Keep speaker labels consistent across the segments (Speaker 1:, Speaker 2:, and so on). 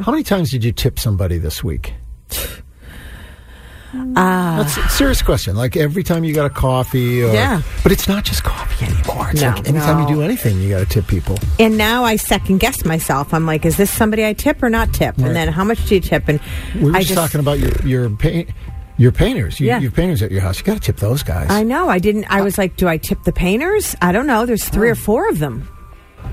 Speaker 1: How many times did you tip somebody this week?
Speaker 2: Ah.
Speaker 1: That's a serious question. Like every time you got a coffee, or,
Speaker 2: Yeah.
Speaker 1: But it's not just coffee anymore. It's
Speaker 2: No.
Speaker 1: like anytime
Speaker 3: No.
Speaker 1: you do anything, you got to tip people.
Speaker 2: And now I second guess myself. I'm like, is this somebody I tip or not tip?
Speaker 1: Right.
Speaker 2: And then how much do you tip? And
Speaker 1: We were
Speaker 2: I
Speaker 1: just, talking about your your paint, your painters. You,
Speaker 2: Yeah.
Speaker 1: you have painters at your house. You got to tip those guys.
Speaker 2: I know. I didn't. I was like, do I tip the painters? I don't know. There's
Speaker 1: Oh.
Speaker 2: three or four of them.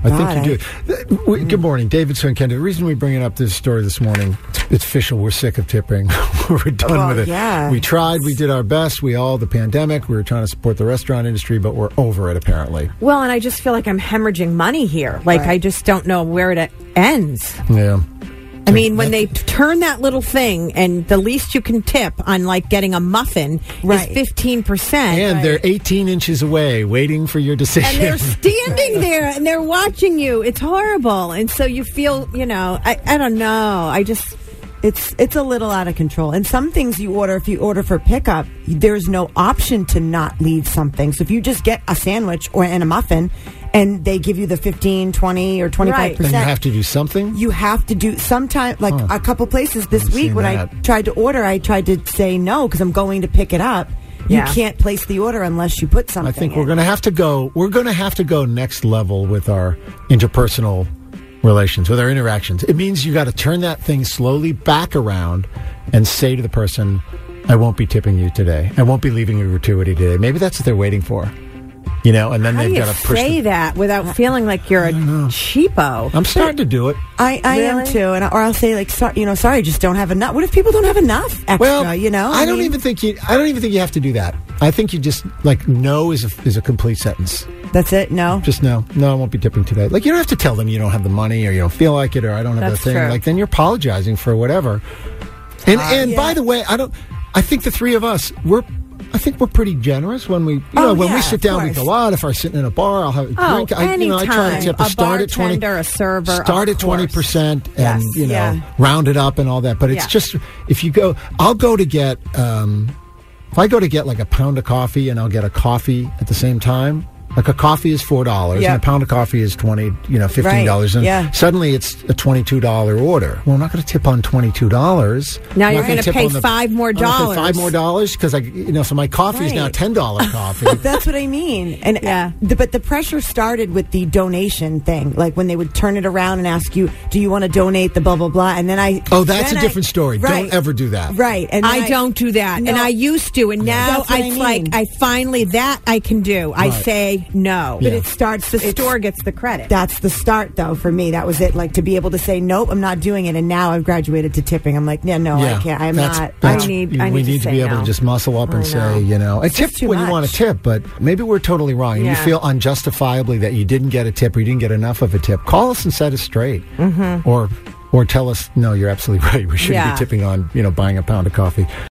Speaker 1: I
Speaker 2: God,
Speaker 1: think you do. Th- we- Good morning, David Swinkenda. The reason we bring it up this story this morning, it's official. We're sick of tipping. we're done
Speaker 2: Well,
Speaker 1: with it.
Speaker 2: yeah.
Speaker 1: We tried. We did our best. We all the pandemic. We were trying to support the restaurant industry, but we're over it apparently.
Speaker 2: Well, and I just feel like I'm hemorrhaging money here. Like I just don't know where it e-, ends.
Speaker 1: Yeah.
Speaker 2: I mean, when they t- turn that little thing, and the least you can tip on like getting a muffin
Speaker 3: Right.
Speaker 2: is fifteen percent.
Speaker 1: And they're 18 inches away, waiting for your
Speaker 2: and
Speaker 1: decision.
Speaker 2: they're standing there and they're watching you. It's horrible, and so you feel, you know, I, I don't know. I just,
Speaker 4: It's it's a little out of control. And some things you order, if you order for pickup, there's no option to not leave something. So if you just get a sandwich or and a muffin and they give you the 15, 20 or 25%,
Speaker 1: Then you have to do something.
Speaker 4: you have to do sometime like a couple places this
Speaker 1: I've
Speaker 4: week
Speaker 1: seen
Speaker 4: when I
Speaker 1: that.
Speaker 4: tried to order, I tried to say no cuz I'm going to pick it up.
Speaker 2: Yeah.
Speaker 4: You can't place the order unless you put
Speaker 1: I
Speaker 4: something.
Speaker 1: think
Speaker 4: in.
Speaker 1: we're going to have to go. We're going to have to go next level with our interpersonal relations, with our interactions. It means you got to turn that thing slowly back around and say to the person, "I won't be tipping you today. I won't be leaving you gratuity today." Maybe that's what they're waiting for, you know. And then
Speaker 2: how do
Speaker 1: they've
Speaker 2: you
Speaker 1: got to push.
Speaker 2: say
Speaker 1: the-
Speaker 2: that without feeling like you're a cheapo?
Speaker 1: I'm starting to do it.
Speaker 4: I, I am
Speaker 2: Really?
Speaker 4: too, and I- or I'll say like, sorry, you know, sorry, just don't have enough. What if people don't have enough extra?
Speaker 1: Well,
Speaker 4: Uh, you know,
Speaker 1: I, don't
Speaker 4: mean,
Speaker 1: even think you. I don't even think you have to do that. I think you just like no is a, is a complete sentence.
Speaker 4: That's it. No,
Speaker 1: Just no, no, I won't be tipping today. Like you don't have to tell them you don't have the money or you don't feel like it or I don't have
Speaker 2: That's
Speaker 1: the thing.
Speaker 2: true. Uh,
Speaker 1: Like then you're apologizing for whatever. And and by the way, I don't. I think the three of us we're. I think we're pretty generous when we, you know, when
Speaker 4: yeah,
Speaker 1: we sit
Speaker 4: of
Speaker 1: down, we
Speaker 4: course.
Speaker 1: go out. If I'm sitting in a bar, I'll have a
Speaker 2: Oh,
Speaker 1: drink. I, you know, I try to
Speaker 2: anytime.
Speaker 1: tip
Speaker 2: A
Speaker 1: start at twenty,
Speaker 2: bartender, a server, of
Speaker 1: start at
Speaker 2: course.
Speaker 1: twenty percent, and
Speaker 2: Yes,
Speaker 1: you know,
Speaker 4: yeah.
Speaker 1: round it up and all that. But it's
Speaker 2: Yeah.
Speaker 1: just if you go, I'll go to get. Um, if I go to get like a pound of coffee and I'll get a coffee at the same time, like a coffee is four dollars
Speaker 4: Yeah.
Speaker 1: and a pound of coffee is twenty, you know, fifteen dollars,
Speaker 4: Right,
Speaker 1: and
Speaker 4: yeah.
Speaker 1: suddenly it's a twenty-two dollar order. Well, I'm not going to tip on twenty-two dollars.
Speaker 2: Now you're gonna pay five more dollars.
Speaker 1: Five more dollars because I, you know, so my coffee is now
Speaker 4: Right.
Speaker 1: ten dollar coffee.
Speaker 4: That's what I mean. And
Speaker 2: Yeah.
Speaker 4: the, but the pressure started with the donation thing, like when they would turn it around and ask you, "Do you want to donate the blah blah blah?" And then I
Speaker 1: Oh, that's
Speaker 4: then
Speaker 1: a
Speaker 4: I-
Speaker 1: different story.
Speaker 4: Right.
Speaker 1: Don't ever do that.
Speaker 4: Right. And then
Speaker 2: I don't do that,
Speaker 4: No.
Speaker 2: and I used to, and now
Speaker 4: That's what
Speaker 2: I,
Speaker 4: I mean.
Speaker 2: like. I finally that I can do. I
Speaker 1: Right.
Speaker 2: say no,
Speaker 1: But Yeah.
Speaker 4: it starts-
Speaker 2: The
Speaker 4: it's-
Speaker 2: store gets the credit.
Speaker 4: That's the start, though, for me. That was it. Like to be able to say, "Nope, I'm not doing it." And now I've graduated to tipping. I'm like, "Yeah, no, I can't. I'm
Speaker 1: that's-
Speaker 4: not."
Speaker 1: that's-
Speaker 2: I need-
Speaker 1: you-
Speaker 2: I
Speaker 1: we
Speaker 2: need to
Speaker 1: need to
Speaker 2: say
Speaker 1: be able
Speaker 2: no.
Speaker 1: to just muscle up
Speaker 2: I
Speaker 1: and
Speaker 2: know.
Speaker 1: say, you know, I
Speaker 4: It's
Speaker 1: tip
Speaker 4: just too
Speaker 1: when you want to
Speaker 4: much.
Speaker 1: tip, but maybe we're totally wrong. And you
Speaker 2: Yeah.
Speaker 1: feel unjustifiably that you didn't get a tip or you didn't get enough of a tip. Call us and set us straight, mm-hmm. or or tell us, no, you're absolutely right. We shouldn't
Speaker 2: Yeah.
Speaker 1: be tipping on, you know, buying a pound of coffee.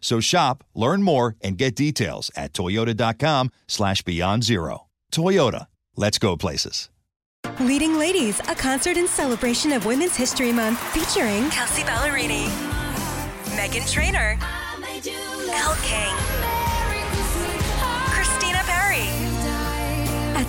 Speaker 5: So shop, learn more, and get details at toyota.com slash beyond zero. Toyota, let's go places.
Speaker 3: Leading Ladies, a concert in celebration of Women's History Month featuring Kelsey Ballerini, Megan Trainor, Elle King, Christina Perry. At